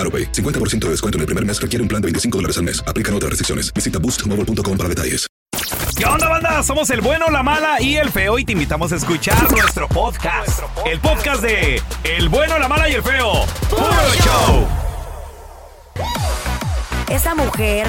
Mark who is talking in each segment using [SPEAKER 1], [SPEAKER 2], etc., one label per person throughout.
[SPEAKER 1] AroPay. 50% de descuento en el primer mes requiere un plan de 25 dólares al mes. Aplican otras restricciones. Visita boostmobile.com para detalles.
[SPEAKER 2] ¿Qué onda, banda? Somos el bueno, la mala y el feo y te invitamos a escuchar nuestro podcast. El podcast de El bueno, la mala y el feo. ¡Puro show!
[SPEAKER 3] Esa mujer,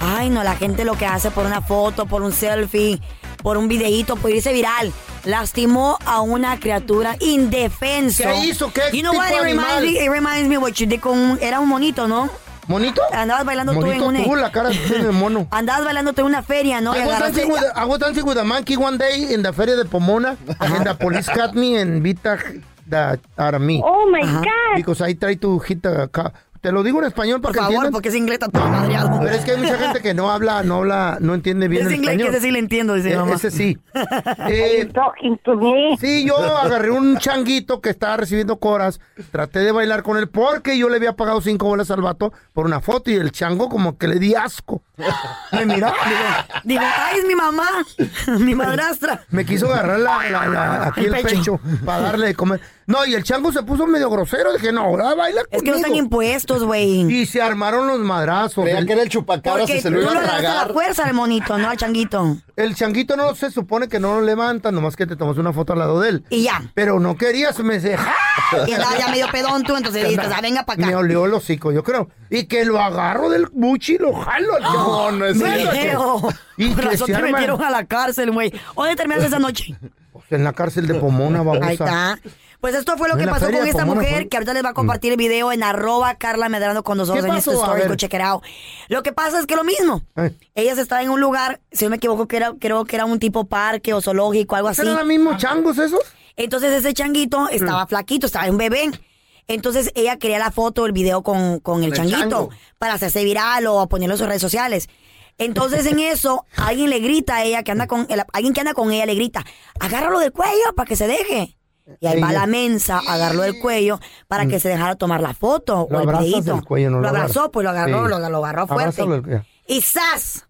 [SPEAKER 3] ay no, la gente lo que hace por una foto, por un selfie, por un videíto, por irse viral, lastimó a una criatura indefensa.
[SPEAKER 4] ¿Qué hizo? ¿Qué
[SPEAKER 3] You know
[SPEAKER 4] tipo
[SPEAKER 3] what? It
[SPEAKER 4] de
[SPEAKER 3] reminds,
[SPEAKER 4] animal?
[SPEAKER 3] me, it reminds me what you did con un- era un monito, ¿no?
[SPEAKER 4] ¿Monito?
[SPEAKER 3] Andabas bailando tú
[SPEAKER 4] Monito
[SPEAKER 3] en
[SPEAKER 4] tú,
[SPEAKER 3] una...
[SPEAKER 4] la cara que tiene de mono. pues,
[SPEAKER 3] Andabas bailando tú en una feria, ¿no? Y
[SPEAKER 4] I was,
[SPEAKER 3] agarraste-
[SPEAKER 4] dancing with, I was dancing with a monkey one day in the Feria de Pomona, and the police caught me and beat the, the, out of me.
[SPEAKER 5] Oh my
[SPEAKER 3] Ajá.
[SPEAKER 5] God.
[SPEAKER 4] Because I try to hit the ca- Te lo digo en español
[SPEAKER 3] Por
[SPEAKER 4] para que
[SPEAKER 3] favor,
[SPEAKER 4] entiendan.
[SPEAKER 3] porque es inglés está todo madreado.
[SPEAKER 4] Pero es que hay mucha gente que no habla, no habla, no entiende bien
[SPEAKER 3] Es
[SPEAKER 4] el
[SPEAKER 3] inglés, que
[SPEAKER 4] español.
[SPEAKER 3] ese sí le entiendo, dice mi
[SPEAKER 4] E-
[SPEAKER 3] mamá.
[SPEAKER 4] ese sí. Eh,
[SPEAKER 5] Talking to me.
[SPEAKER 4] sí, yo agarré un changuito que estaba recibiendo coras, traté de bailar con él porque yo le había pagado cinco bolas al vato por una foto y el chango como que le di asco. Me miraba,
[SPEAKER 3] Digo, ay, es mi mamá, mi madrastra.
[SPEAKER 4] Me quiso agarrar la, la- la- aquí el,
[SPEAKER 3] El
[SPEAKER 4] pecho,
[SPEAKER 3] pecho.
[SPEAKER 4] para darle de comer. No, y el chango se puso medio grosero. Dije, no, ahora baila
[SPEAKER 3] Es que no
[SPEAKER 4] conmigo.
[SPEAKER 3] están impuestos, güey.
[SPEAKER 4] Y se armaron los madrazos.
[SPEAKER 6] Creía
[SPEAKER 4] El,
[SPEAKER 6] que era el chupacabras y
[SPEAKER 3] Porque
[SPEAKER 6] se lo iba
[SPEAKER 3] tú
[SPEAKER 6] a
[SPEAKER 3] le das a
[SPEAKER 6] tragar.
[SPEAKER 3] la fuerza al monito, ¿no? Al changuito.
[SPEAKER 4] el changuito no se supone que no lo levanta, nomás que te tomas una foto al lado de él.
[SPEAKER 3] Y ya.
[SPEAKER 4] Pero no querías, me dice, ¡ja!
[SPEAKER 3] Y andaba ya medio pedón tú, entonces dices, ah, venga para
[SPEAKER 4] Me
[SPEAKER 3] acá.
[SPEAKER 4] olió el hocico, yo creo. Y que lo agarro del buchi y lo jalo al chango.
[SPEAKER 6] No, no es
[SPEAKER 4] Bueno,
[SPEAKER 6] cierto.
[SPEAKER 3] Feo.
[SPEAKER 4] Y
[SPEAKER 3] Por
[SPEAKER 4] que
[SPEAKER 3] razón
[SPEAKER 4] se
[SPEAKER 3] te
[SPEAKER 4] arman.
[SPEAKER 3] metieron a la cárcel, güey. ¿Dónde terminaste esa noche?
[SPEAKER 4] pues, En la cárcel de Pomona, babosa.
[SPEAKER 3] Ahí está. Pues esto fue lo
[SPEAKER 4] En
[SPEAKER 3] que
[SPEAKER 4] la
[SPEAKER 3] pasó
[SPEAKER 4] feria
[SPEAKER 3] con
[SPEAKER 4] de
[SPEAKER 3] esta
[SPEAKER 4] Pomona
[SPEAKER 3] mujer,
[SPEAKER 4] fue- Mm.
[SPEAKER 3] que ahorita les va a compartir el video en arroba Carla Medrano con nosotros
[SPEAKER 4] ¿Qué
[SPEAKER 3] en este
[SPEAKER 4] pasó? A
[SPEAKER 3] story,
[SPEAKER 4] ver.
[SPEAKER 3] con Chequerao. Lo que pasa es que lo mismo.
[SPEAKER 4] Eh.
[SPEAKER 3] Ella se estaba en un lugar, si no me equivoco, que era, creo que era un tipo parque o zoológico, algo así.
[SPEAKER 4] ¿Serán los mismos changos esos?
[SPEAKER 3] Entonces ese changuito
[SPEAKER 4] Mm.
[SPEAKER 3] estaba flaquito, estaba un bebé. Entonces ella quería la foto, el video con, con el
[SPEAKER 4] El
[SPEAKER 3] changuito
[SPEAKER 4] chango.
[SPEAKER 3] para hacerse viral o ponerlo en sus redes sociales. Entonces en eso alguien le grita a ella que anda con el- alguien que anda con ella le grita, agárralo del cuello para que se deje. Y ahí va
[SPEAKER 4] Ella.
[SPEAKER 3] la mensa, agarró el cuello para que se dejara tomar la foto
[SPEAKER 4] Mm. Lo
[SPEAKER 3] o el
[SPEAKER 4] abrazas
[SPEAKER 3] videíto.
[SPEAKER 4] del cuello, no lo
[SPEAKER 3] lo abrazó,
[SPEAKER 4] agarras.
[SPEAKER 3] pues lo agarró,
[SPEAKER 4] Sí.
[SPEAKER 3] lo, lo agarró fuerte.
[SPEAKER 4] Abrázalo del cuello.
[SPEAKER 3] Y ¡zas!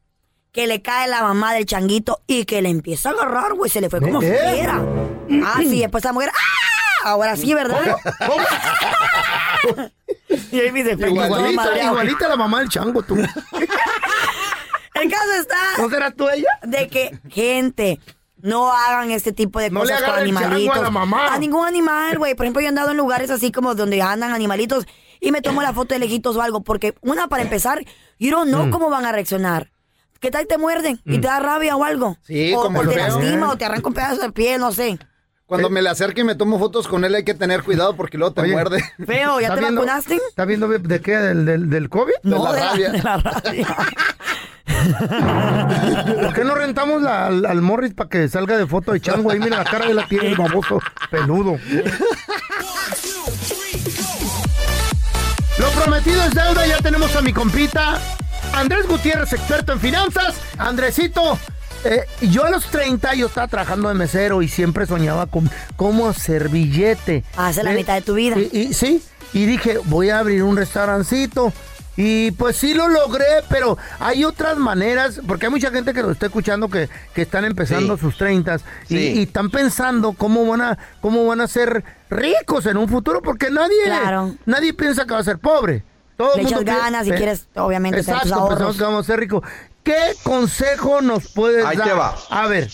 [SPEAKER 3] que le cae la mamá del changuito y que le empieza a agarrar, güey, se le fue como
[SPEAKER 4] ¿Eh?
[SPEAKER 3] quiera. Ah, sí, después la mujer, ¡ah! Ahora sí, ¿verdad? y ahí me dice, todo
[SPEAKER 4] Igualita,
[SPEAKER 3] madreado.
[SPEAKER 4] igualita la mamá del chango, tú.
[SPEAKER 3] El caso
[SPEAKER 4] ¿No
[SPEAKER 3] está
[SPEAKER 4] serás tú ella?
[SPEAKER 3] de que, gente, no hagan este tipo de
[SPEAKER 4] No le
[SPEAKER 3] cosas con
[SPEAKER 4] agarre el chango a la
[SPEAKER 3] animalitos.
[SPEAKER 4] mamá.
[SPEAKER 3] A ningún animal, güey. Por ejemplo, yo he andado en lugares así como donde andan animalitos y me tomo la foto de lejitos o algo. Porque, una, para empezar, you don't know cómo van a reaccionar. ¿Qué tal te muerden y te da rabia o algo?
[SPEAKER 6] Sí,
[SPEAKER 3] o,
[SPEAKER 6] como
[SPEAKER 3] o
[SPEAKER 6] el
[SPEAKER 3] te
[SPEAKER 6] feo.
[SPEAKER 3] lastima o te arranca un pedazo de piel, no sé.
[SPEAKER 6] Cuando me le acerque y me tomo fotos con él hay que tener cuidado porque luego te
[SPEAKER 4] Oye.
[SPEAKER 6] muerde.
[SPEAKER 3] Feo, ¿ya
[SPEAKER 4] ¿Está
[SPEAKER 3] te
[SPEAKER 4] viendo-
[SPEAKER 3] vacunaste?
[SPEAKER 4] ¿Está viendo de qué? ¿Del, del, del COVID?
[SPEAKER 6] la rabia.
[SPEAKER 3] de la rabia.
[SPEAKER 4] ¿Por qué no rentamos la- al, al Morris para que salga de foto de chango? Ahí mira la cara de la tiene el baboso peludo. Lo prometido es deuda, ya tenemos a mi compita Andrés Gutiérrez, experto en finanzas. Andresito, eh, yo a los 30 yo estaba trabajando de mesero y siempre soñaba con cómo hacer billete.
[SPEAKER 3] Hace la
[SPEAKER 4] Eh,
[SPEAKER 3] mitad de tu vida.
[SPEAKER 4] Y, y- sí, y dije, voy a abrir un restaurancito. Y pues sí lo logré, pero hay otras maneras, porque hay mucha gente que nos está escuchando que, que están empezando sus 30 y,
[SPEAKER 5] Sí.
[SPEAKER 4] y están pensando cómo van a cómo van a ser ricos en un futuro, porque nadie
[SPEAKER 3] Claro.
[SPEAKER 4] nadie piensa que va a ser pobre. Todo
[SPEAKER 3] Le
[SPEAKER 4] el mundo
[SPEAKER 3] echas
[SPEAKER 4] pi-
[SPEAKER 3] ganas y
[SPEAKER 4] pe-
[SPEAKER 3] quieres, obviamente, tener
[SPEAKER 4] Exacto,
[SPEAKER 3] tus
[SPEAKER 4] pensamos
[SPEAKER 3] ahorros.
[SPEAKER 4] que vamos a ser ricos. ¿Qué consejo nos puedes
[SPEAKER 5] Ahí
[SPEAKER 4] dar?
[SPEAKER 5] te va.
[SPEAKER 4] A ver,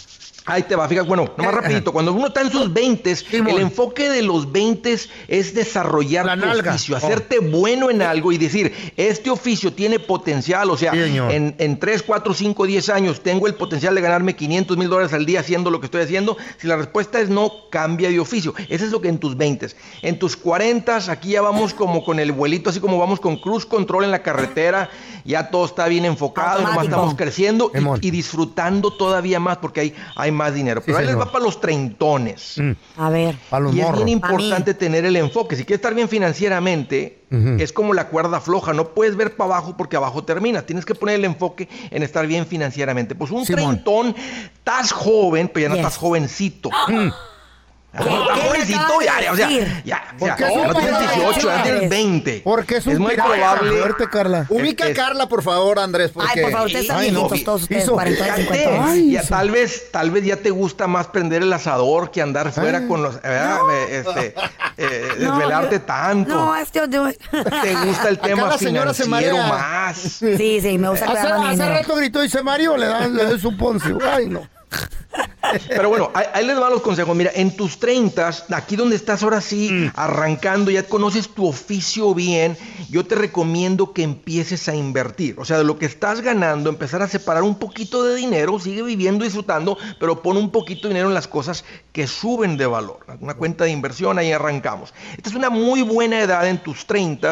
[SPEAKER 5] Ahí te va, fíjate, bueno, nomás
[SPEAKER 4] Eh,
[SPEAKER 5] rapidito, cuando uno está en sus 20,
[SPEAKER 4] Simón.
[SPEAKER 5] el enfoque de los 20 es desarrollar
[SPEAKER 4] La
[SPEAKER 5] tu
[SPEAKER 4] nalga.
[SPEAKER 5] oficio,
[SPEAKER 4] Oh.
[SPEAKER 5] hacerte bueno en algo y decir, este oficio tiene potencial, o sea,
[SPEAKER 4] Sí, señor.
[SPEAKER 5] en, en 3, 4, 5, 10 años tengo el potencial de ganarme 500 mil dólares al día haciendo lo que estoy haciendo. Si la respuesta es no, cambia de oficio. Eso es lo que en tus 20. En tus 40, aquí ya vamos como con el vuelito, así como vamos con cruz control en la carretera, ya todo está bien enfocado, nomás
[SPEAKER 3] Automático.
[SPEAKER 5] estamos creciendo y-
[SPEAKER 4] Simón.
[SPEAKER 5] y disfrutando todavía más porque hay, hay más dinero. Pero ahí les
[SPEAKER 4] señor.
[SPEAKER 5] va para los treintones.
[SPEAKER 3] A ver.
[SPEAKER 4] a los
[SPEAKER 5] Y es
[SPEAKER 4] morros.
[SPEAKER 5] bien
[SPEAKER 3] Pa' mí.
[SPEAKER 5] importante tener el enfoque. Si quieres estar bien financieramente, es como la cuerda floja. No puedes ver para abajo porque abajo terminas. Tienes que poner el enfoque en estar bien financieramente. Pues un
[SPEAKER 4] Simón.
[SPEAKER 5] treintón, estás joven, pero ya no
[SPEAKER 3] Yes.
[SPEAKER 5] estás jovencito.
[SPEAKER 4] Mm.
[SPEAKER 5] Ya no
[SPEAKER 3] ¿Qué?
[SPEAKER 5] estás
[SPEAKER 3] ¿Qué me
[SPEAKER 5] jovencito,
[SPEAKER 3] acabas
[SPEAKER 5] ya,
[SPEAKER 3] de
[SPEAKER 5] ya, o sea,
[SPEAKER 3] decir?
[SPEAKER 5] ya, o
[SPEAKER 4] ¿Por
[SPEAKER 5] sea,
[SPEAKER 4] qué es
[SPEAKER 5] ya
[SPEAKER 4] un
[SPEAKER 5] no tienes
[SPEAKER 4] pirata?
[SPEAKER 5] 18, ya tienes
[SPEAKER 3] Es
[SPEAKER 5] 20.
[SPEAKER 4] Porque es un
[SPEAKER 5] muy
[SPEAKER 4] pirata.
[SPEAKER 5] probable.
[SPEAKER 4] Fuerte, Carla.
[SPEAKER 6] Ubica a
[SPEAKER 5] es-
[SPEAKER 6] Carla, por favor, Andrés, porque
[SPEAKER 3] Ay, por favor, ustedes están
[SPEAKER 4] Ay, no.
[SPEAKER 3] viejitos todos ustedes,
[SPEAKER 4] Hizo-
[SPEAKER 3] 40, 50.
[SPEAKER 4] Ay,
[SPEAKER 5] ya
[SPEAKER 4] sí.
[SPEAKER 5] tal vez, tal vez ya te gusta más prender el asador que andar fuera con los, ¿verdad? Eh, este, eh,
[SPEAKER 3] Ah. No,
[SPEAKER 5] desvelarte
[SPEAKER 3] yo-
[SPEAKER 5] tanto.
[SPEAKER 3] No, es que yo-
[SPEAKER 5] Te gusta el
[SPEAKER 6] Acá
[SPEAKER 5] tema
[SPEAKER 6] la señora se
[SPEAKER 5] financiero
[SPEAKER 6] marea.
[SPEAKER 5] más.
[SPEAKER 3] Sí, sí, me gusta
[SPEAKER 4] Hace,
[SPEAKER 3] cuidar más mi
[SPEAKER 4] hace
[SPEAKER 3] dinero.
[SPEAKER 4] rato gritó, dice Mario, le dan, le dan su poncio. Ay, no.
[SPEAKER 5] Pero bueno, ahí, ahí les van los consejos. Mira, en tus 30, aquí donde estás ahora sí, arrancando, ya conoces tu oficio bien, yo te recomiendo que empieces a invertir. O sea, de lo que estás ganando, empezar a separar un poquito de dinero, sigue viviendo, disfrutando, pero pon un poquito de dinero en las cosas que suben de valor. Una cuenta de inversión, ahí arrancamos. Esta es una muy buena edad en tus 30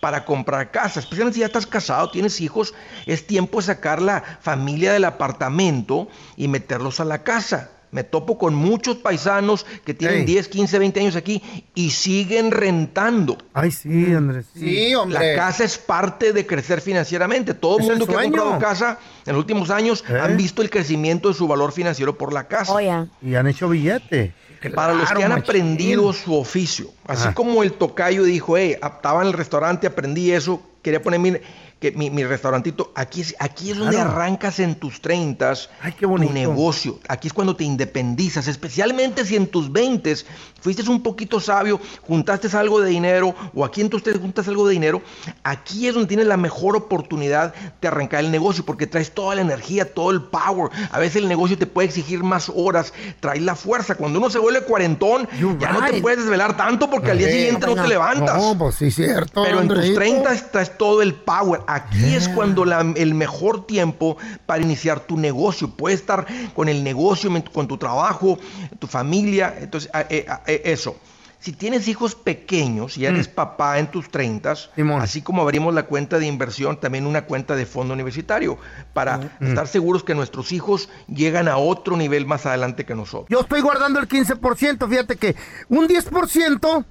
[SPEAKER 5] para comprar casa, especialmente si ya estás casado, tienes hijos, es tiempo de sacar la familia del apartamento y meterlos a la casa. Me topo con muchos paisanos que tienen
[SPEAKER 4] Ey.
[SPEAKER 5] 10, 15, 20 años aquí y siguen rentando.
[SPEAKER 4] Ay, sí, Andrés.
[SPEAKER 6] sí,
[SPEAKER 5] La
[SPEAKER 6] hombre.
[SPEAKER 5] casa es parte de crecer financieramente. Todo
[SPEAKER 4] Es el
[SPEAKER 5] mundo que ha
[SPEAKER 4] sueño.
[SPEAKER 5] comprado casa en los últimos años
[SPEAKER 4] ¿Eh?
[SPEAKER 5] han visto el crecimiento de su valor financiero por la casa.
[SPEAKER 3] Oye,
[SPEAKER 4] Y han hecho billete.
[SPEAKER 5] Para los que
[SPEAKER 4] Claro,
[SPEAKER 5] han
[SPEAKER 4] machín.
[SPEAKER 5] aprendido su oficio, así
[SPEAKER 4] Ajá.
[SPEAKER 5] como el tocayo dijo, hey, estaba en el restaurante, aprendí eso, quería poner mi, que, mi, mi restaurantito, aquí es, aquí es donde
[SPEAKER 4] Claro.
[SPEAKER 5] arrancas en tus 30
[SPEAKER 4] Ay, qué
[SPEAKER 5] tu
[SPEAKER 4] bonito.
[SPEAKER 5] negocio, aquí es cuando te independizas, especialmente si en tus 20 fuiste un poquito sabio, juntaste algo de dinero, o aquí en tus 30 juntas algo de dinero, aquí es donde tienes la mejor oportunidad de arrancar el negocio, porque traes toda la energía, todo el power, a veces el negocio te puede exigir más horas, traes la fuerza, cuando uno se vuelve cuarentón,
[SPEAKER 4] You're
[SPEAKER 5] ya no te
[SPEAKER 4] right.
[SPEAKER 5] puedes desvelar tanto porque al día
[SPEAKER 4] Sí.
[SPEAKER 5] siguiente no
[SPEAKER 3] No.
[SPEAKER 5] te levantas.
[SPEAKER 4] No, pues sí, cierto.
[SPEAKER 5] Pero en tus
[SPEAKER 4] Andreito.
[SPEAKER 5] 30 traes todo el power. Aquí es cuando la- el mejor tiempo para iniciar tu negocio. Puedes estar con el negocio, men- con tu trabajo, tu familia. Entonces, a- eh, a- eh, eso. Si tienes hijos pequeños y eres papá en tus 30,
[SPEAKER 4] Simón.
[SPEAKER 5] así como abrimos la cuenta de inversión, también una cuenta de fondo universitario, para estar seguros que nuestros hijos llegan a otro nivel más adelante que nosotros.
[SPEAKER 4] Yo estoy guardando el 15%. Fíjate que un 10%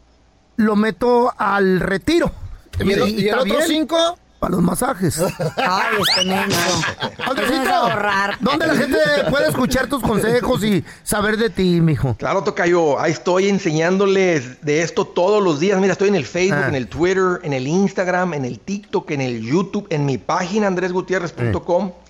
[SPEAKER 4] lo meto al retiro.
[SPEAKER 6] ¿Y el, y el
[SPEAKER 4] está
[SPEAKER 6] otro
[SPEAKER 4] bien,
[SPEAKER 6] cinco?
[SPEAKER 4] Para los masajes.
[SPEAKER 3] ay, este menso. Eso es
[SPEAKER 4] Andresito,
[SPEAKER 3] ahorrar.
[SPEAKER 4] ¿dónde la gente puede escuchar tus consejos y saber de ti, mijo?
[SPEAKER 5] Claro, Tocayo, ahí estoy enseñándoles de esto todos los días. Mira, estoy en el Facebook,
[SPEAKER 4] Ah.
[SPEAKER 5] en el Twitter, en el Instagram, en el TikTok, en el YouTube, en mi página andresgutierrez.com.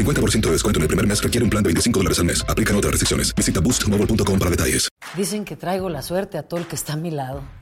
[SPEAKER 1] 50% de descuento en el primer mes requiere un plan de 25 dólares al mes. Aplican otras restricciones. Visita boostmobile.com para detalles.
[SPEAKER 7] Dicen que traigo la suerte a todo el que está a mi lado.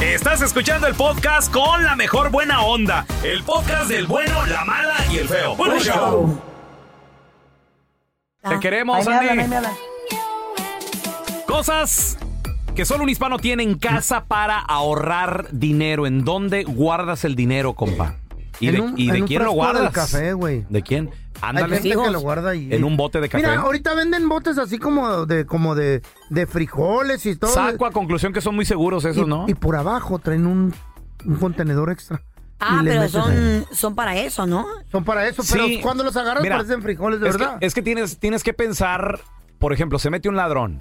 [SPEAKER 2] Estás escuchando el podcast con la mejor buena onda. El podcast del bueno, la mala y el feo. Bueno, show. Te queremos,
[SPEAKER 3] Ah. Ahí me hablan,
[SPEAKER 2] Andy.
[SPEAKER 3] ahí me hablan.
[SPEAKER 2] Cosas que solo un hispano tiene en casa para ahorrar dinero. ¿En dónde guardas el dinero, compa? ¿Y
[SPEAKER 4] En
[SPEAKER 2] de,
[SPEAKER 4] un-
[SPEAKER 2] y de
[SPEAKER 4] en un
[SPEAKER 2] quién lo
[SPEAKER 4] frasco del
[SPEAKER 2] guardas?
[SPEAKER 4] café, güey.
[SPEAKER 2] ¿De quién? Ándale.
[SPEAKER 4] Hay gente que lo guarda ahí.
[SPEAKER 2] En un bote de café.
[SPEAKER 4] Mira, ahorita venden botes así como de, como de, de frijoles y todo.
[SPEAKER 2] Saco a conclusión que son muy seguros esos,
[SPEAKER 4] y,
[SPEAKER 2] ¿no?
[SPEAKER 4] y por abajo traen un, un contenedor extra.
[SPEAKER 3] Ah,
[SPEAKER 4] Y le
[SPEAKER 3] pero
[SPEAKER 4] metes
[SPEAKER 3] son,
[SPEAKER 4] ahí.
[SPEAKER 3] son para eso, ¿no?
[SPEAKER 4] Son para eso, pero
[SPEAKER 2] Sí.
[SPEAKER 4] cuando los agarras
[SPEAKER 2] Mira,
[SPEAKER 4] parecen frijoles, de
[SPEAKER 2] es
[SPEAKER 4] verdad.
[SPEAKER 2] Que, es que tienes, tienes que pensar, por ejemplo, se mete un ladrón.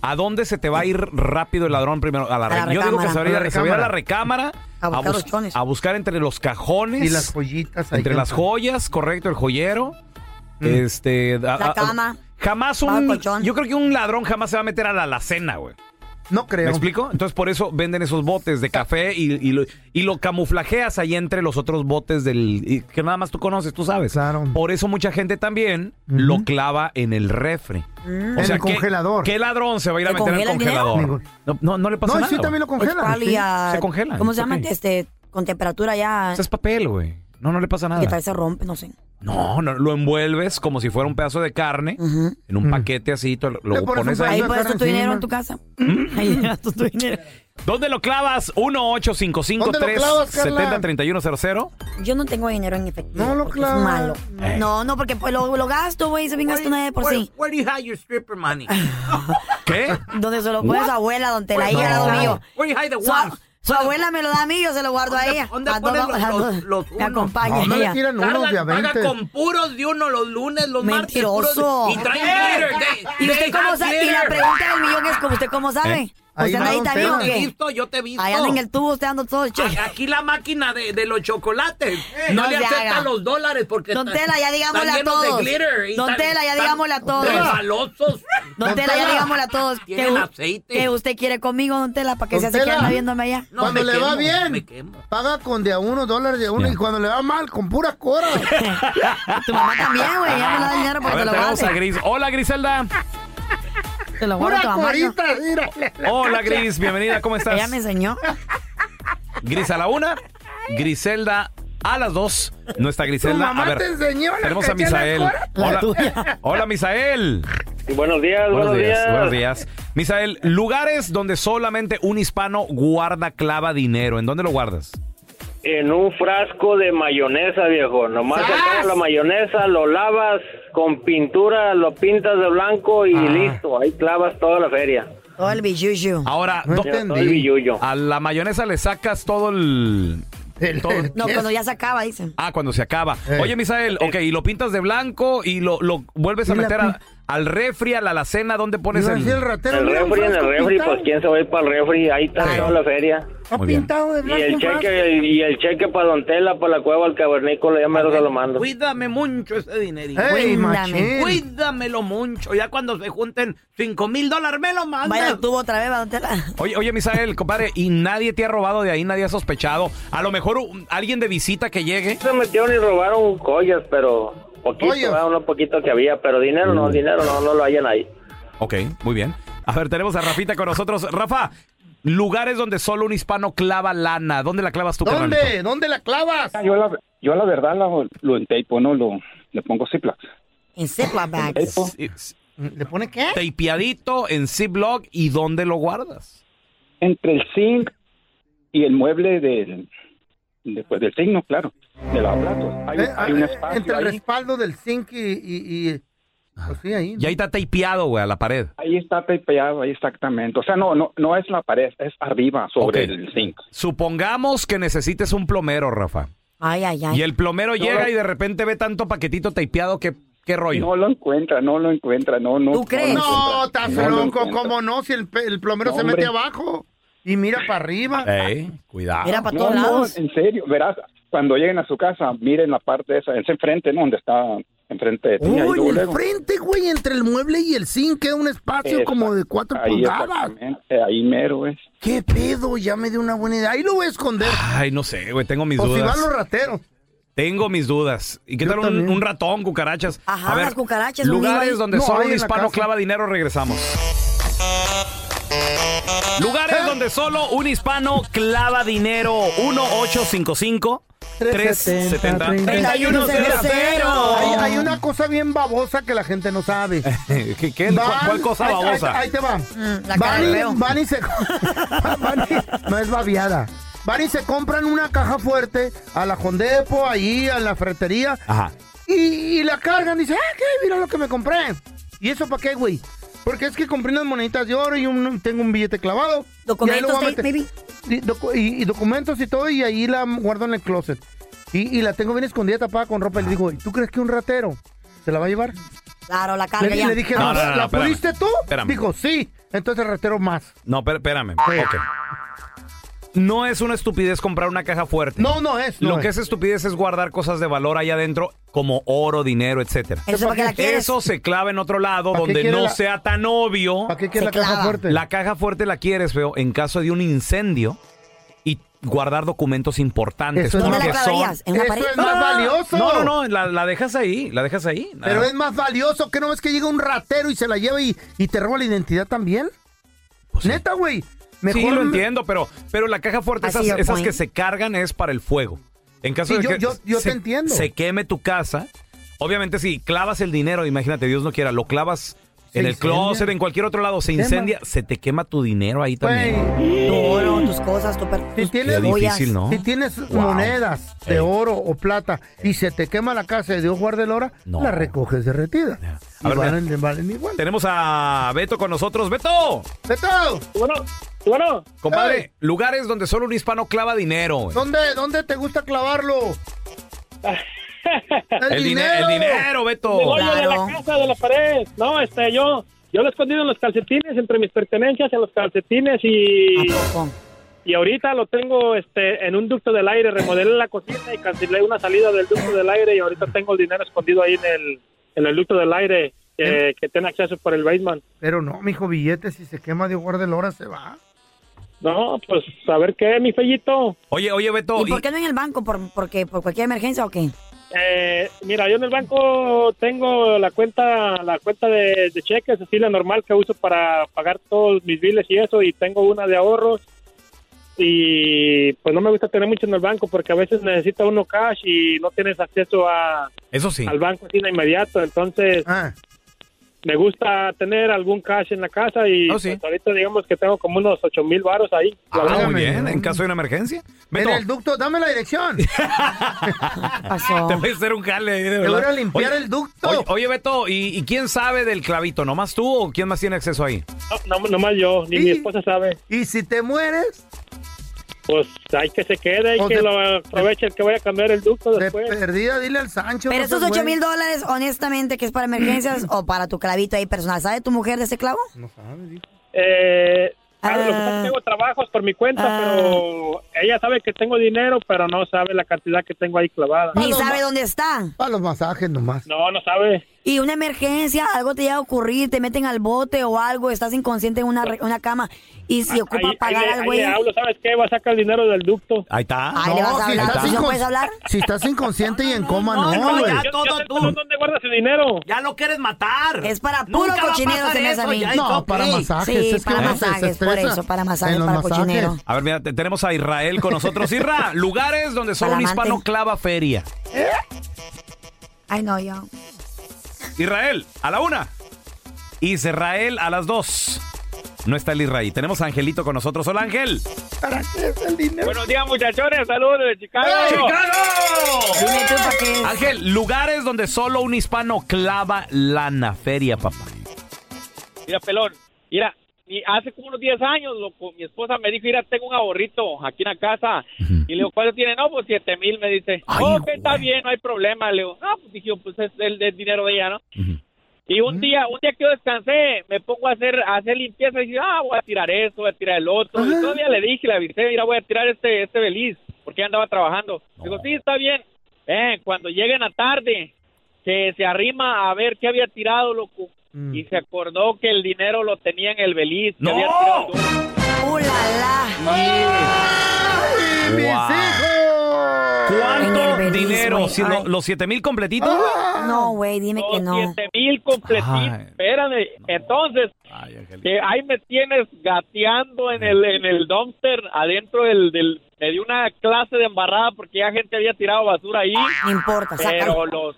[SPEAKER 2] ¿A dónde se te va a ir rápido el ladrón primero? A la,
[SPEAKER 4] A la
[SPEAKER 2] re- Yo digo que
[SPEAKER 4] recámara.
[SPEAKER 2] se va a ir
[SPEAKER 4] A la
[SPEAKER 2] se va a ir a la recámara.
[SPEAKER 4] A buscar
[SPEAKER 2] bus-
[SPEAKER 4] los chones.
[SPEAKER 2] a buscar entre los cajones.
[SPEAKER 4] Y las joyitas ahí
[SPEAKER 2] Entre las
[SPEAKER 4] dentro. Mm.
[SPEAKER 2] joyas, correcto, el joyero. Este. a- a- a-
[SPEAKER 4] Ah,
[SPEAKER 2] Jamás un. Yo creo que un ladrón jamás se va a meter a la alacena, güey.
[SPEAKER 4] No creo.
[SPEAKER 2] ¿Me explico? Entonces por eso venden esos botes de café y, y lo, y lo camuflajeas ahí entre los otros botes del y que nada más tú conoces, tú sabes. Por eso mucha gente también lo clava en el refri.
[SPEAKER 4] En el
[SPEAKER 2] ¿qué-
[SPEAKER 4] congelador.
[SPEAKER 2] ¿qué, ladrón se va a ir a
[SPEAKER 4] Mm. ¿Se
[SPEAKER 2] meter al
[SPEAKER 4] congela el dinero?
[SPEAKER 2] congelador? No, no, no le pasa
[SPEAKER 4] No, y
[SPEAKER 2] nada.
[SPEAKER 4] sí también lo
[SPEAKER 2] güey.
[SPEAKER 4] congelan,
[SPEAKER 3] Probably a-
[SPEAKER 2] Se congela.
[SPEAKER 3] ¿Cómo se llama?
[SPEAKER 2] Ok.
[SPEAKER 3] Este, con temperatura ya.
[SPEAKER 2] Ese es papel, güey. No, no le pasa nada.
[SPEAKER 3] Que tal vez se rompe, no sé.
[SPEAKER 2] No, no, lo envuelves como si fuera un pedazo de carne en un paquete así, te lo, lo pones ahí.
[SPEAKER 3] Ahí pones tú tu dinero en tu casa.
[SPEAKER 2] Mm.
[SPEAKER 3] Ahí dejas tú tu dinero.
[SPEAKER 2] ¿Dónde lo clavas? 1 855
[SPEAKER 3] ¿Dónde lo clavas, Carla?
[SPEAKER 2] 70 3100
[SPEAKER 3] Yo no tengo dinero en efectivo.
[SPEAKER 4] No lo
[SPEAKER 3] porque
[SPEAKER 4] clavas.
[SPEAKER 3] Es malo.
[SPEAKER 2] Eh. pues,
[SPEAKER 3] No, no, porque pues, lo, lo gasto, güey. Se bien gasto una vez por sí.
[SPEAKER 2] Where do you hide your stripper money?
[SPEAKER 3] Ah.
[SPEAKER 2] ¿Qué?
[SPEAKER 3] Donde se lo pone
[SPEAKER 2] What?
[SPEAKER 3] su abuela, donde la
[SPEAKER 2] Where-
[SPEAKER 3] hija
[SPEAKER 2] No.
[SPEAKER 3] la doy yo.
[SPEAKER 2] Where you hide the
[SPEAKER 3] Su,
[SPEAKER 2] ones?
[SPEAKER 3] su abuela me lo da a mí, yo se lo guardo a ella. A
[SPEAKER 2] ponen
[SPEAKER 3] todos- a
[SPEAKER 2] los-
[SPEAKER 3] todos- Me acompaña
[SPEAKER 4] No, no le
[SPEAKER 3] ella.
[SPEAKER 4] tiran unos Carla de a paga 20. con
[SPEAKER 2] puros de uno los lunes, los
[SPEAKER 3] Mentiroso. Eh. ¿Y usted cómo sabe? Y la pregunta del millón es como usted cómo sabe.
[SPEAKER 2] Eh.
[SPEAKER 3] ¿Usted anda ahí también o qué?
[SPEAKER 2] yo te he visto.
[SPEAKER 3] Ahí anda en el tubo, usted anda todo hecho.
[SPEAKER 2] Aquí la máquina de, de los chocolates.
[SPEAKER 3] No se haga.
[SPEAKER 2] dólares porque
[SPEAKER 3] Don
[SPEAKER 2] está-
[SPEAKER 3] Tela, ya
[SPEAKER 2] está
[SPEAKER 3] digámosle a
[SPEAKER 2] lleno de
[SPEAKER 3] todos.
[SPEAKER 2] glitter y
[SPEAKER 3] Don
[SPEAKER 2] está-
[SPEAKER 3] Tela, ya
[SPEAKER 2] está-
[SPEAKER 3] digámosle a todos.
[SPEAKER 2] Resbalosos.
[SPEAKER 3] Don Tela, ya digámosle a todos que,
[SPEAKER 2] Tienen
[SPEAKER 3] u-
[SPEAKER 2] aceite.
[SPEAKER 3] que usted quiere conmigo, Don Tela, para que
[SPEAKER 4] Don
[SPEAKER 3] se hace que
[SPEAKER 4] Tela,
[SPEAKER 3] anda viéndome allá.
[SPEAKER 4] cuando le va bien, paga con de a uno, dólares de a uno, y cuando le va mal, con puras coras.
[SPEAKER 3] tu mamá también, güey, ya me da dinero
[SPEAKER 2] A
[SPEAKER 3] porque te
[SPEAKER 2] ver,
[SPEAKER 3] lo
[SPEAKER 2] tenemos a
[SPEAKER 3] guarde.
[SPEAKER 2] Gris. Hola, Griselda.
[SPEAKER 3] Te lo guardo a tu
[SPEAKER 4] Pura
[SPEAKER 3] mamá. yo.
[SPEAKER 4] corita, mira.
[SPEAKER 2] Hola, Gris. Bienvenida. ¿Cómo estás?
[SPEAKER 3] Ella me enseñó.
[SPEAKER 2] Gris a la una, Griselda a las dos. No está
[SPEAKER 4] Tu
[SPEAKER 2] Griselda.
[SPEAKER 4] mamá
[SPEAKER 2] A ver,
[SPEAKER 4] te enseñó la
[SPEAKER 2] tenemos a
[SPEAKER 4] que hacía la
[SPEAKER 2] Misael.
[SPEAKER 4] cora. La
[SPEAKER 2] Hola, hola, Misael.
[SPEAKER 8] Buenos días, buenos, días.
[SPEAKER 2] Buenos días. Misael, lugares donde solamente un hispano guarda, clava dinero. ¿En dónde lo guardas?
[SPEAKER 8] En un frasco de mayonesa, viejo. Nomás sacas la mayonesa, lo lavas con pintura, lo pintas de blanco y listo. Ahí clavas toda la feria.
[SPEAKER 3] Todo el bichuchu.
[SPEAKER 2] Ahora,
[SPEAKER 8] No
[SPEAKER 2] do-
[SPEAKER 8] entendí. Todo el billullo.
[SPEAKER 2] a la mayonesa le sacas todo el... todo-
[SPEAKER 3] No, cuando ya se acaba, dicen.
[SPEAKER 2] Ah, cuando se acaba.
[SPEAKER 8] Eh.
[SPEAKER 2] Oye, Misael, ok, y lo pintas de blanco y lo, lo vuelves a
[SPEAKER 8] Y la
[SPEAKER 2] meter a-
[SPEAKER 8] pin-
[SPEAKER 2] al refri, a la alacena, ¿dónde pones el...?
[SPEAKER 8] el refri en el refri, pues quién se va a ir para el refri. Ahí está toda la feria.
[SPEAKER 2] Muy bien.
[SPEAKER 8] Y el cheque, el- y el cheque para Don Tela, para la cueva, al cavernícola, ya me lo se lo mando.
[SPEAKER 2] Cuídame mucho ese dinerito.
[SPEAKER 8] Ey, Cuídame. machín.
[SPEAKER 2] Cuídamelo mucho. Ya cuando se junten 5 mil dólares, me lo mandas.
[SPEAKER 3] Vaya al tubo otra vez, Don Tela.
[SPEAKER 2] Oye, oye, Misael, compadre, y nadie te ha robado de ahí, nadie ha sospechado. A lo mejor un- alguien de visita que llegue.
[SPEAKER 8] Se metieron y robaron joyas, pero poquito, ¿verdad? uno poquito que había, pero dinero no, dinero no, no lo hayan ahí.
[SPEAKER 2] Ok, muy bien. A ver, tenemos a Rafita con nosotros. Rafa, lugares donde solo un hispano clava lana. ¿Dónde la clavas tú, carnalito?
[SPEAKER 4] ¿Dónde? ¿Dónde la clavas?
[SPEAKER 9] Yo la, yo la verdad lo, lo entapo, ¿no? Lo, le pongo Ziploc.
[SPEAKER 3] En Ziploc bags.
[SPEAKER 2] Sí,
[SPEAKER 4] ¿Le pone qué?
[SPEAKER 2] Tapeadito en Ziploc. ¿Y dónde lo guardas?
[SPEAKER 9] Entre el zinc y el mueble del, después del signo, claro, de los platos. Hay, hay un espacio
[SPEAKER 4] eh, Entre el
[SPEAKER 9] ahí,
[SPEAKER 4] respaldo del zinc y... y, y-
[SPEAKER 2] Ah.
[SPEAKER 4] pues sí, ahí.
[SPEAKER 2] Y ahí está tapeado, güey, a la pared.
[SPEAKER 9] ahí está tapeado, ahí exactamente. O sea, no, no, no es la pared, es arriba sobre
[SPEAKER 2] Ok.
[SPEAKER 9] el zinc.
[SPEAKER 2] Supongamos que necesites un plomero, Rafa.
[SPEAKER 3] Ay, ay, ay.
[SPEAKER 2] Y el
[SPEAKER 9] No,
[SPEAKER 2] plomero llega
[SPEAKER 9] no.
[SPEAKER 2] y de repente ve tanto paquetito tapeado que qué rollo.
[SPEAKER 9] No lo encuentra, no lo encuentra, no, no.
[SPEAKER 4] No, estás
[SPEAKER 9] No lo
[SPEAKER 4] loco,
[SPEAKER 9] encuentra.
[SPEAKER 4] ¿cómo no? Si el, pe- el plomero
[SPEAKER 9] No,
[SPEAKER 4] se mete
[SPEAKER 9] hombre.
[SPEAKER 4] abajo y mira para arriba.
[SPEAKER 2] Ey, cuidado.
[SPEAKER 4] Era para
[SPEAKER 9] No,
[SPEAKER 4] todos
[SPEAKER 9] no,
[SPEAKER 4] lados.
[SPEAKER 9] en serio, verás, cuando lleguen a su casa, miren la parte esa, es enfrente, ¿no? Donde está enfrente de ti. ahí
[SPEAKER 4] Uy,
[SPEAKER 9] luego,
[SPEAKER 4] en el
[SPEAKER 9] luego.
[SPEAKER 4] frente, güey, entre el mueble y el zinc queda un espacio
[SPEAKER 9] Exacto.
[SPEAKER 4] como de cuatro
[SPEAKER 9] Ahí
[SPEAKER 4] pulgadas.
[SPEAKER 9] exactamente, ahí mero es.
[SPEAKER 4] ¿Qué pedo? Ya me dio una buena idea. Ahí lo voy a esconder.
[SPEAKER 2] Ay, no sé, güey, tengo mis
[SPEAKER 4] o si
[SPEAKER 2] dudas.
[SPEAKER 4] van los rateros.
[SPEAKER 2] Tengo mis dudas. ¿Y qué
[SPEAKER 4] Yo
[SPEAKER 2] tal un,
[SPEAKER 4] también.
[SPEAKER 2] un ratón, cucarachas?
[SPEAKER 3] Ajá,
[SPEAKER 2] a ver,
[SPEAKER 3] las cucarachas, un nido
[SPEAKER 2] lugares
[SPEAKER 3] ahí.
[SPEAKER 2] donde
[SPEAKER 3] No,
[SPEAKER 2] solo
[SPEAKER 3] hay
[SPEAKER 2] un
[SPEAKER 3] en la
[SPEAKER 2] hispano
[SPEAKER 3] casa.
[SPEAKER 2] clava dinero, regresamos.
[SPEAKER 4] Eh.
[SPEAKER 2] Lugares donde solo un hispano clava dinero. 1855 370
[SPEAKER 4] Hay, hay una cosa bien babosa que la gente no sabe.
[SPEAKER 2] ¿Qué, qué? ¿Cuál, cuál cosa
[SPEAKER 4] ahí- ahí-
[SPEAKER 2] babosa?
[SPEAKER 4] Ahí, te va.
[SPEAKER 3] Mm, la cara
[SPEAKER 4] van,
[SPEAKER 3] de
[SPEAKER 4] y,
[SPEAKER 3] Leo.
[SPEAKER 4] van y se. van y- no es babiada. Van y se compran una caja fuerte a la Jondepo, ahí, a la ferretería.
[SPEAKER 2] Ajá.
[SPEAKER 4] Y, y la cargan. Dice, ah, qué, mira lo que me compré. ¿Y eso para qué, güey? Porque es que compré unas moneditas de oro y un- tengo un billete clavado.
[SPEAKER 3] ¿Documentos,
[SPEAKER 4] y, ahí lo voy a
[SPEAKER 3] Dave,
[SPEAKER 4] meter- Y, docu- y- y documentos y todo, y ahí la guardo en el closet. Y, y la tengo bien escondida, tapada con ropa. Y le digo, ¿y tú crees que un ratero se la va a llevar?
[SPEAKER 3] Claro, la carga
[SPEAKER 4] Le,
[SPEAKER 3] ya.
[SPEAKER 4] le dije,
[SPEAKER 2] No,
[SPEAKER 4] "No,
[SPEAKER 2] no, no,
[SPEAKER 4] ¿la
[SPEAKER 2] espérame.
[SPEAKER 4] pudiste tú?
[SPEAKER 2] Espérame.
[SPEAKER 4] Dijo, sí. Entonces retero más.
[SPEAKER 2] No, pero espérame. Ok. No es una estupidez comprar una caja fuerte.
[SPEAKER 4] No, no es.
[SPEAKER 2] Lo que es estupidez es guardar cosas de valor allá adentro como oro, dinero, etcétera.
[SPEAKER 3] Eso para qué la quieres.
[SPEAKER 2] Eso se clava en otro lado
[SPEAKER 4] ¿Para qué
[SPEAKER 2] donde
[SPEAKER 4] quiere
[SPEAKER 2] no
[SPEAKER 4] la-
[SPEAKER 2] sea tan obvio. ¿Para qué
[SPEAKER 4] quiere Se la caja clava. fuerte?
[SPEAKER 2] La caja fuerte la quieres, feo, en caso de un incendio y guardar documentos importantes.
[SPEAKER 4] Eso es
[SPEAKER 2] porque
[SPEAKER 4] ¿Dónde la
[SPEAKER 2] son-
[SPEAKER 4] clavarías? ¿En una Eso pared? es más
[SPEAKER 2] Ah,
[SPEAKER 4] valioso.
[SPEAKER 2] No, no, no, la, la dejas ahí, la dejas ahí.
[SPEAKER 4] Pero
[SPEAKER 2] Ah.
[SPEAKER 4] es más valioso que no es que llega un ratero y se la lleva y, y te roba la identidad también. Neta, güey. Mejor
[SPEAKER 2] Pues sí, lo
[SPEAKER 4] me-
[SPEAKER 2] entiendo, pero, pero la caja fuerte,
[SPEAKER 4] I see
[SPEAKER 2] esas,
[SPEAKER 4] your
[SPEAKER 2] esas
[SPEAKER 4] point.
[SPEAKER 2] que se cargan es para el fuego. En caso
[SPEAKER 4] Sí,
[SPEAKER 2] de
[SPEAKER 4] yo-
[SPEAKER 2] que
[SPEAKER 4] yo- yo
[SPEAKER 2] se,
[SPEAKER 4] te entiendo.
[SPEAKER 2] se queme tu casa, obviamente si clavas el dinero, imagínate, Dios no quiera, lo clavas
[SPEAKER 4] Se
[SPEAKER 2] en el
[SPEAKER 4] incendia.
[SPEAKER 2] closet, en cualquier otro lado, se
[SPEAKER 4] Quema.
[SPEAKER 2] incendia, se te quema tu dinero ahí también.
[SPEAKER 3] Tu oro, tus cosas, tu per...
[SPEAKER 4] Si
[SPEAKER 3] tus
[SPEAKER 4] tienes,
[SPEAKER 3] joyas.
[SPEAKER 2] difícil, ¿no?
[SPEAKER 4] si tienes
[SPEAKER 2] Wow.
[SPEAKER 4] monedas de oro o plata y se te quema la casa de Dios guarde el hora,
[SPEAKER 2] No.
[SPEAKER 4] la recoges derretida. Y
[SPEAKER 2] A ver,
[SPEAKER 4] valen-
[SPEAKER 2] mira,
[SPEAKER 4] valen igual.
[SPEAKER 2] tenemos a Beto con nosotros. ¡Beto!
[SPEAKER 4] ¡Beto!
[SPEAKER 10] Bueno, bueno.
[SPEAKER 2] Compadre, lugares donde solo un hispano clava dinero. güey.
[SPEAKER 4] ¿Dónde, ¿Dónde te gusta clavarlo?
[SPEAKER 2] El, dine- el dinero, Beto.
[SPEAKER 10] Me voy yo de la casa, de la pared. No, este, yo, yo lo he escondido en los calcetines, entre mis pertenencias, en los calcetines y... Y ahorita lo tengo este, en un ducto del aire, remodelé la cocina y cancelé una salida del ducto del aire y ahorita tengo el dinero escondido ahí en el, en el ducto del aire eh, que tiene acceso por el basement.
[SPEAKER 4] Pero no, mijo, billete, si se quema Dios guarde el hora, se va.
[SPEAKER 10] No, pues a ver qué, mi fellito.
[SPEAKER 2] Oye, oye, Beto.
[SPEAKER 3] ¿Y por qué no en el banco? ¿Por, porque, ¿Por cualquier emergencia o qué?
[SPEAKER 10] Eh, mira, yo en el banco tengo la cuenta, la cuenta de, de cheques, así la normal que uso para pagar todos mis biles y eso, y tengo una de ahorros. Y pues no me gusta tener mucho en el banco porque a veces necesita uno cash y no tienes acceso a
[SPEAKER 2] Eso sí.
[SPEAKER 10] al banco así de inmediato. Entonces
[SPEAKER 4] Ah,
[SPEAKER 10] me gusta tener algún cash en la casa y
[SPEAKER 2] Oh, sí.
[SPEAKER 10] pues, ahorita digamos que tengo como unos ocho mil varos ahí.
[SPEAKER 2] Ah, muy bien, en caso de una emergencia. Beto,
[SPEAKER 4] En el ducto, dame la dirección.
[SPEAKER 2] te voy a hacer un jale. ahí, de
[SPEAKER 4] Te
[SPEAKER 2] verdad.
[SPEAKER 4] voy a limpiar
[SPEAKER 2] Oye,
[SPEAKER 4] el ducto.
[SPEAKER 2] Oye, oye, Beto, ¿y, y quién sabe del clavito? ¿Nomás tú o quién más tiene acceso ahí?
[SPEAKER 10] No, no más yo, ni mi esposa sabe.
[SPEAKER 4] ¿Y si te mueres?
[SPEAKER 10] Pues hay que se quede y
[SPEAKER 4] O
[SPEAKER 2] Oh,
[SPEAKER 10] que
[SPEAKER 4] de-
[SPEAKER 10] lo aproveche el que vaya a cambiar el ducto después.
[SPEAKER 4] Perdida, dile al Sancho.
[SPEAKER 3] Pero
[SPEAKER 4] no
[SPEAKER 3] esos
[SPEAKER 4] seas
[SPEAKER 3] 8 mil
[SPEAKER 4] güey.
[SPEAKER 3] dólares, honestamente, que es para emergencias o para tu clavito ahí personal. ¿Sabe tu mujer de ese clavo?
[SPEAKER 10] Eh, claro, lo que
[SPEAKER 2] Ah.
[SPEAKER 10] pasa es que tengo trabajos por mi cuenta, pero ella sabe que tengo dinero, pero no sabe la cantidad que tengo ahí clavada.
[SPEAKER 3] Ni sabe dónde está.
[SPEAKER 4] Para los masajes nomás.
[SPEAKER 10] No, no sabe.
[SPEAKER 3] Y una emergencia, algo te llega a ocurrir, te meten al bote o algo, estás inconsciente en una, re- una cama y se ocupa
[SPEAKER 10] Ah, Ahí- ahí
[SPEAKER 3] pagar
[SPEAKER 10] le-
[SPEAKER 3] al
[SPEAKER 10] ahí
[SPEAKER 3] güey.
[SPEAKER 10] le hablo, ¿sabes qué? Va a sacar el dinero del ducto.
[SPEAKER 2] Ahí está.
[SPEAKER 3] Ahí le vas a hablar. ¿Sí no
[SPEAKER 4] incon-
[SPEAKER 3] puedes hablar?
[SPEAKER 4] si estás inconsciente y en coma,
[SPEAKER 3] no,
[SPEAKER 4] no,
[SPEAKER 3] no, ya
[SPEAKER 4] güey.
[SPEAKER 3] todo tú.
[SPEAKER 10] ¿Dónde guardas el dinero?
[SPEAKER 2] Ya lo quieres matar.
[SPEAKER 3] Es para puro
[SPEAKER 11] Nunca va a
[SPEAKER 3] cochinero,
[SPEAKER 11] pasar
[SPEAKER 3] se me hace a
[SPEAKER 11] eso,
[SPEAKER 3] mí.
[SPEAKER 11] ya,
[SPEAKER 4] No, para masajes,
[SPEAKER 3] Sí,
[SPEAKER 4] es que
[SPEAKER 3] para
[SPEAKER 4] uno se
[SPEAKER 3] masajes, por
[SPEAKER 4] estresa
[SPEAKER 3] eso, para masajes,
[SPEAKER 4] en los
[SPEAKER 3] para
[SPEAKER 4] masajes.
[SPEAKER 3] cochinero.
[SPEAKER 2] A ver, mira, te- tenemos a Israel con nosotros. Isra, lugares donde solo un
[SPEAKER 3] Palamante.
[SPEAKER 2] hispano clava feria.
[SPEAKER 3] Ay, no, yo.
[SPEAKER 2] Israel, a la una. Israel, a las dos. No está el Israel. Tenemos a Angelito con nosotros. Hola, Ángel.
[SPEAKER 4] ¿Para qué es el dinero?
[SPEAKER 10] Buenos días, muchachones. Saludos de Chicago.
[SPEAKER 2] ¡Chicago!
[SPEAKER 3] qué
[SPEAKER 2] Ángel, lugares donde solo un hispano clava lana, feria, papá.
[SPEAKER 11] Mira, pelón, mira, y hace como unos 10 años, loco, mi esposa me dijo, mira, tengo un ahorrito aquí en la casa. Y le digo, ¿cuánto tiene? No, pues 7 mil, me dice. ok, está bien, no hay problema. Le digo, no, pues dije, pues es el, el dinero de ella, ¿no? Y un día, un día que yo descansé, me pongo a hacer, a hacer limpieza y dije, ah, voy a tirar esto, voy a tirar el otro. Y todavía le dije, le avisé, mira, voy a tirar este, este beliz, porque ella andaba trabajando. Digo, sí, está bien. Eh, cuando lleguen a tarde, que se arrima a ver qué había tirado, loco. Y se acordó que el dinero lo tenía en el beliz. que había tirado yo.
[SPEAKER 3] ¡Ulala!
[SPEAKER 4] ¡Mis hijos!
[SPEAKER 2] ¿Cuánto dinero,
[SPEAKER 3] güey.
[SPEAKER 2] si-
[SPEAKER 3] Ay.
[SPEAKER 2] lo- los 7 mil completitos.
[SPEAKER 3] No, güey, dime que no.
[SPEAKER 10] este
[SPEAKER 11] Siete mil completitos.
[SPEAKER 2] Ay.
[SPEAKER 11] Espérame. Entonces, que ahí me tienes gateando en el, en el dumpster adentro del, del, me dio una clase de embarrada porque ya gente había tirado basura ahí.
[SPEAKER 3] No importa,
[SPEAKER 11] Pero
[SPEAKER 3] sácalo.
[SPEAKER 11] los.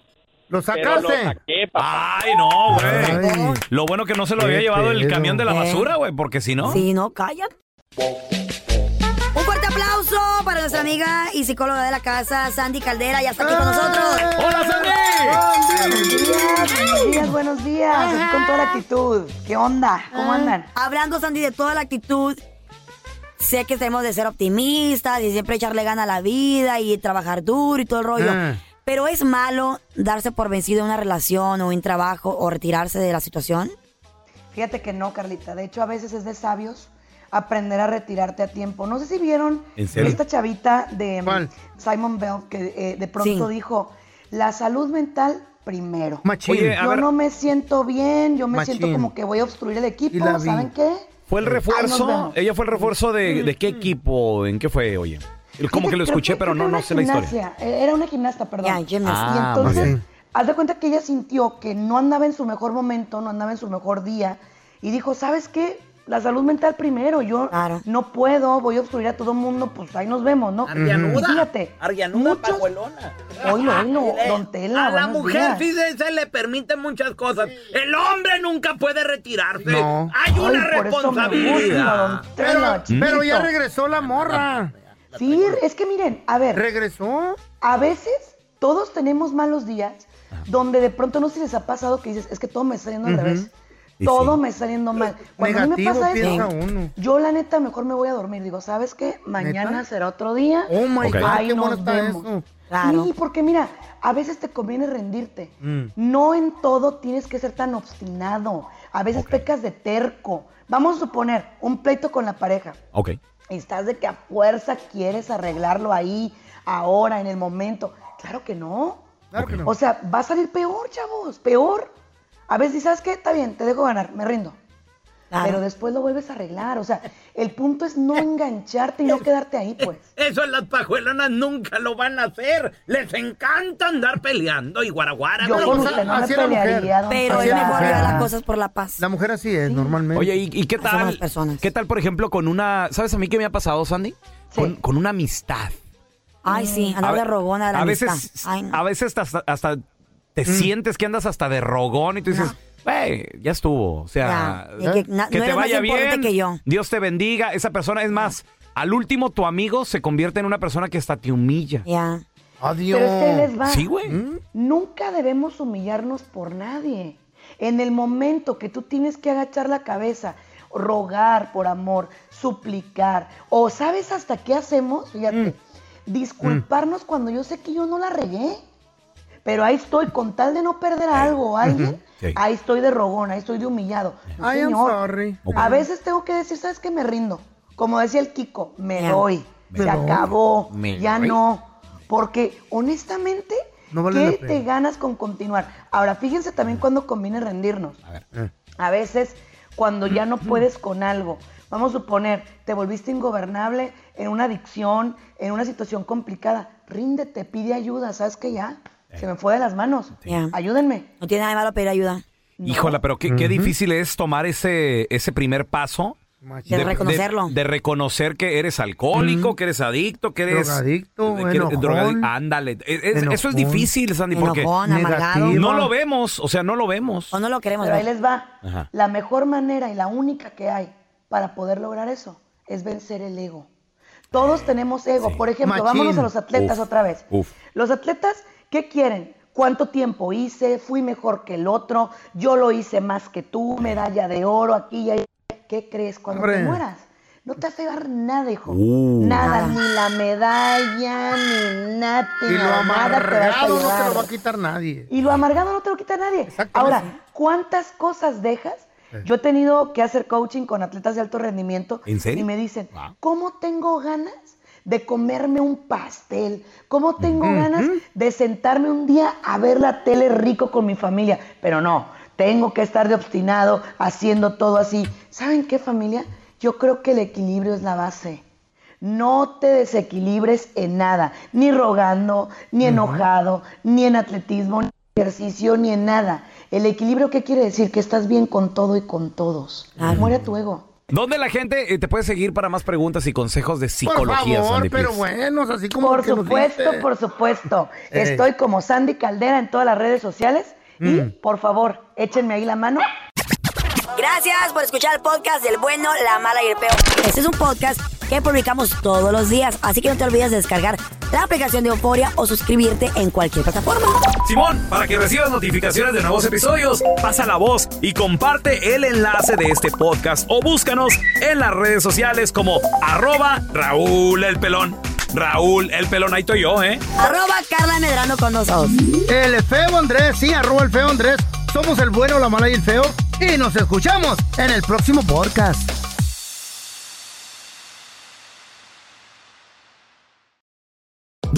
[SPEAKER 4] ¿Lo
[SPEAKER 11] pero los
[SPEAKER 2] sacaste?
[SPEAKER 11] saqué, papá.
[SPEAKER 2] Ay, no, güey. Lo bueno que no se lo había
[SPEAKER 4] Qué
[SPEAKER 2] llevado el
[SPEAKER 4] pedo.
[SPEAKER 2] camión de la
[SPEAKER 4] Eh.
[SPEAKER 2] basura, güey, porque si no.
[SPEAKER 3] Sí, no, cállate. Un fuerte aplauso para nuestra amiga y psicóloga de la casa, Sandy Caldera. Ya está aquí con nosotros.
[SPEAKER 2] ¡Hola,
[SPEAKER 12] Buenos días, buenos días, buenos días. Aquí con toda la actitud. ¿Qué onda? ¿Cómo andan?
[SPEAKER 3] Hablando, Sandy, de toda la actitud, sé que tenemos de ser optimistas y siempre echarle gana a la vida y trabajar duro y todo el rollo.
[SPEAKER 13] Ah.
[SPEAKER 3] Pero es malo darse por vencido en una relación o en trabajo o retirarse de la situación.
[SPEAKER 12] Fíjate que no, Carlita. De hecho, a veces es de sabios aprender a retirarte a tiempo. No sé si vieron
[SPEAKER 3] ¿En serio?
[SPEAKER 12] esta chavita de mm, Simon Bell que eh, de pronto
[SPEAKER 3] Sí.
[SPEAKER 12] dijo, la salud mental primero.
[SPEAKER 2] Machín. Oye, a
[SPEAKER 12] yo
[SPEAKER 2] ver-
[SPEAKER 12] no me siento bien, yo me siento
[SPEAKER 2] Machín.
[SPEAKER 12] como que voy a obstruir el
[SPEAKER 2] Y la
[SPEAKER 12] equipo,
[SPEAKER 2] vi.
[SPEAKER 12] ¿saben qué?
[SPEAKER 2] Fue el
[SPEAKER 12] Ahí nos
[SPEAKER 2] refuerzo.
[SPEAKER 12] vemos.
[SPEAKER 2] Ella fue el refuerzo de, de qué equipo, en qué fue, oye. El- Como que lo
[SPEAKER 12] Creo
[SPEAKER 2] escuché, pero no,
[SPEAKER 12] era
[SPEAKER 2] no
[SPEAKER 12] una
[SPEAKER 2] sé la historia.
[SPEAKER 12] gimnasia, eh, Era una gimnasta, perdón.
[SPEAKER 2] gymnast.
[SPEAKER 12] y
[SPEAKER 2] Ah,
[SPEAKER 12] entonces,
[SPEAKER 2] ok.
[SPEAKER 12] haz de cuenta que ella sintió que no andaba en su mejor momento, no andaba en su mejor día, y dijo, ¿sabes qué? La salud mental primero, yo no puedo, voy a obstruir a todo mundo, pues ahí nos vemos, ¿no?
[SPEAKER 14] Arrianuda,
[SPEAKER 12] Y Fíjate.
[SPEAKER 14] Arrianuda
[SPEAKER 12] muchos-
[SPEAKER 14] pajuelona.
[SPEAKER 12] Oilo, oilo,
[SPEAKER 14] Mire,
[SPEAKER 12] don
[SPEAKER 14] A
[SPEAKER 12] Tela,
[SPEAKER 14] la
[SPEAKER 12] buenos
[SPEAKER 14] mujer
[SPEAKER 12] días.
[SPEAKER 14] sí se, se le permiten muchas cosas. El hombre nunca puede retirarse.
[SPEAKER 4] No.
[SPEAKER 14] Hay una
[SPEAKER 4] Ay, por eso me
[SPEAKER 14] responsabilidad.
[SPEAKER 4] gusta, don Tela, Pero- pero ya chiquito. regresó
[SPEAKER 12] la morra. Sí, es que miren, a ver. Regresó. A veces todos tenemos malos días donde de pronto no sé si les ha pasado que dices, es que todo me está yendo al
[SPEAKER 4] Ujú.
[SPEAKER 12] revés.
[SPEAKER 4] Y
[SPEAKER 12] Todo me está yendo mal. Cuando a mí me
[SPEAKER 4] Negativo
[SPEAKER 12] pasa
[SPEAKER 4] piensa
[SPEAKER 12] eso,
[SPEAKER 4] uno.
[SPEAKER 12] yo la neta mejor me voy a dormir. Digo, ¿sabes qué? Mañana
[SPEAKER 4] ¿Neta?
[SPEAKER 12] será otro día.
[SPEAKER 4] Oh my
[SPEAKER 12] Ahí
[SPEAKER 4] God, qué bueno
[SPEAKER 12] nos
[SPEAKER 4] está
[SPEAKER 12] vemos.
[SPEAKER 4] eso.
[SPEAKER 12] Sí, porque mira, a veces te conviene rendirte.
[SPEAKER 4] Mm.
[SPEAKER 12] No en todo tienes que ser tan obstinado. A veces pecas de terco. Vamos a suponer un pleito con la pareja.
[SPEAKER 2] Ok.
[SPEAKER 12] Y estás de que a fuerza quieres arreglarlo ahí, ahora, en el momento. Claro que no. O sea, va a salir peor, chavos, peor. A veces dices, ¿sabes qué? Está bien, te dejo ganar, me rindo.
[SPEAKER 14] Claro.
[SPEAKER 12] Pero después lo vuelves a arreglar. O sea, el punto es
[SPEAKER 4] Eh,
[SPEAKER 12] no engancharte y no quedarte ahí, pues.
[SPEAKER 14] Eso las pajuelonas nunca lo van a hacer. Les encanta andar peleando y guaraguara.
[SPEAKER 12] Yo
[SPEAKER 14] pero-
[SPEAKER 12] con usted no me
[SPEAKER 4] así es la mujer.
[SPEAKER 12] pelearía, don
[SPEAKER 4] Pero
[SPEAKER 12] Tela.
[SPEAKER 4] es mejor llevar las
[SPEAKER 3] cosas por la paz.
[SPEAKER 4] La mujer así es, normalmente.
[SPEAKER 2] Oye, ¿y, y qué tal? ¿Qué tal, por ejemplo, con una. ¿Sabes a mí qué me ha pasado, Sandy? Con, con una amistad.
[SPEAKER 3] Ay, sí, andar
[SPEAKER 2] A ve-
[SPEAKER 3] de rogona de la
[SPEAKER 2] a veces,
[SPEAKER 3] amistad. Ay, no.
[SPEAKER 2] A veces hasta, hasta
[SPEAKER 4] Mm.
[SPEAKER 2] te sientes que andas hasta de rogón y tú dices, güey, ya estuvo. O sea,
[SPEAKER 3] Ya, y que na- no eres más importante que yo.
[SPEAKER 2] Dios te bendiga. Esa persona, es más, al último tu amigo se convierte en una persona que hasta te humilla.
[SPEAKER 3] Ya.
[SPEAKER 2] Adiós.
[SPEAKER 12] Pero es que ahí les va.
[SPEAKER 2] Sí, güey.
[SPEAKER 4] Mm.
[SPEAKER 12] Nunca debemos humillarnos por nadie. En el momento que tú tienes que agachar la cabeza, rogar por amor, suplicar, o sabes hasta qué hacemos, fíjate, disculparnos cuando yo sé que yo no la regué. Pero ahí estoy, con tal de no perder a algo o a alguien,
[SPEAKER 2] Ujú, sí.
[SPEAKER 12] ahí estoy de rogón, ahí estoy de humillado. No,
[SPEAKER 4] I am
[SPEAKER 12] señor.
[SPEAKER 4] sorry.
[SPEAKER 12] A veces tengo que decir, ¿sabes qué? Me rindo. Como decía el Kiko, me
[SPEAKER 4] Ya.
[SPEAKER 12] doy,
[SPEAKER 4] Me
[SPEAKER 12] se
[SPEAKER 4] doy.
[SPEAKER 12] acabó,
[SPEAKER 4] Me
[SPEAKER 12] ya
[SPEAKER 4] doy.
[SPEAKER 12] no. Porque honestamente,
[SPEAKER 4] No vale la
[SPEAKER 12] ¿qué
[SPEAKER 4] pena. Mm.
[SPEAKER 12] te ganas con continuar? Ahora, fíjense también cuando conviene rendirnos.
[SPEAKER 4] Eh.
[SPEAKER 12] A veces, cuando ya
[SPEAKER 4] Mm.
[SPEAKER 12] no puedes con algo, vamos a suponer, te volviste ingobernable en una adicción, en una situación complicada, ríndete, pide ayuda, ¿sabes qué? Ya,
[SPEAKER 4] Eh.
[SPEAKER 12] se me fue de las manos. Ayúdenme.
[SPEAKER 3] No tiene nada de malo pedir ayuda.
[SPEAKER 2] Híjola, pero qué, qué difícil es tomar ese, ese primer paso.
[SPEAKER 3] De reconocerlo.
[SPEAKER 2] De, reconocer que eres alcohólico, que eres adicto, que eres.
[SPEAKER 4] Drogadicto,
[SPEAKER 2] que eres
[SPEAKER 4] enojón.
[SPEAKER 2] drogadi- Ándale. e, Es- es- eso
[SPEAKER 4] Enojón.
[SPEAKER 2] es difícil, Sandy, porque.
[SPEAKER 4] Enojón, amargado.
[SPEAKER 2] No lo vemos, o sea, no lo vemos.
[SPEAKER 3] O no lo queremos
[SPEAKER 12] Pero ahí
[SPEAKER 3] ver.
[SPEAKER 12] les va.
[SPEAKER 2] Ajá.
[SPEAKER 12] La mejor manera y la única que hay para poder lograr eso es vencer el ego. Todos tenemos ego. Por
[SPEAKER 15] Machín.
[SPEAKER 12] ejemplo, vámonos a los atletas
[SPEAKER 15] Eh, Uf.
[SPEAKER 12] otra vez.
[SPEAKER 15] Uf.
[SPEAKER 12] Los atletas, ¿qué quieren? ¿Cuánto tiempo hice? ¿Fui mejor que el otro? ¿Yo lo hice más que tú? ¿Medalla de oro aquí y ahí? ¿Qué crees cuando te
[SPEAKER 15] Hombre.
[SPEAKER 12] mueras? No te hace llevar nada, hijo.
[SPEAKER 15] Uh. Nada.
[SPEAKER 12] nada, ni la medalla, ni nada, nada
[SPEAKER 4] Y lo
[SPEAKER 12] te vas a
[SPEAKER 4] amargado no te
[SPEAKER 12] llevar.
[SPEAKER 4] lo va a quitar nadie.
[SPEAKER 12] Y lo amargado no te lo quita nadie. Ahora, ¿cuántas cosas dejas? Yo he tenido que hacer coaching con atletas de alto rendimiento
[SPEAKER 15] ¿En serio?
[SPEAKER 12] y me dicen, ¿cómo tengo ganas de comerme un pastel? ¿Cómo tengo ganas de sentarme un día a ver la tele rico con mi familia? Pero no, tengo que estar de obstinado haciendo todo así. ¿Saben qué familia? Yo creo que el equilibrio es la base. No te desequilibres en nada, ni rogando, ni enojado, ni en atletismo, ni en ejercicio, ni en nada. El equilibrio, ¿qué quiere decir? Que estás bien con todo y con todos. Muere tu ego.
[SPEAKER 2] ¿Dónde la gente eh, te puede seguir para más preguntas y consejos de psicología, Sandy Piz?
[SPEAKER 4] bueno, así
[SPEAKER 2] como
[SPEAKER 12] Por
[SPEAKER 2] que nos
[SPEAKER 12] supuesto,
[SPEAKER 2] dice.
[SPEAKER 12] por supuesto.
[SPEAKER 2] Eh.
[SPEAKER 12] Estoy como Sandy Caldera en todas las redes sociales. Y
[SPEAKER 3] Mm.
[SPEAKER 12] por favor, échenme ahí la mano.
[SPEAKER 3] Gracias por escuchar el podcast del bueno, la mala y el peor. Este es un podcast que publicamos todos los días, así que no te olvides de descargar la aplicación de Euforia o suscribirte en cualquier plataforma.
[SPEAKER 2] Simón, para que recibas notificaciones de nuevos episodios, pasa la voz y comparte el enlace de este podcast o búscanos en las redes sociales como arroba Raúl el Pelón. Raúl el Pelón, ahí estoy yo, ¿eh?
[SPEAKER 3] Arroba Carla Medrano con nosotros.
[SPEAKER 4] El feo Andrés, sí, arroba el feo Andrés. Somos el bueno, la mala y el feo. Y nos escuchamos en el próximo podcast.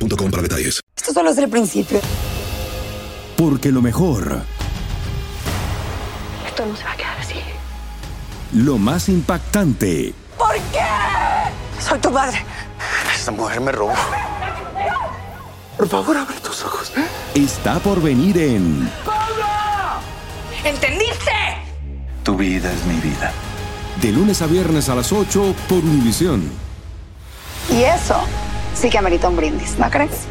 [SPEAKER 1] para detalles.
[SPEAKER 3] Esto solo es el principio.
[SPEAKER 16] Porque lo mejor,
[SPEAKER 13] Esto no se va a quedar así.
[SPEAKER 16] lo más impactante,
[SPEAKER 13] ¿Por qué? Soy tu padre.
[SPEAKER 16] Esta mujer me robó.
[SPEAKER 13] Por favor, abre tus ojos.
[SPEAKER 16] Está por venir en
[SPEAKER 13] ¿Entendiste?
[SPEAKER 16] Tu vida es mi vida. De lunes a viernes a las 8 por Univisión.
[SPEAKER 13] Y eso sí que amerita un brindis, ¿no crees?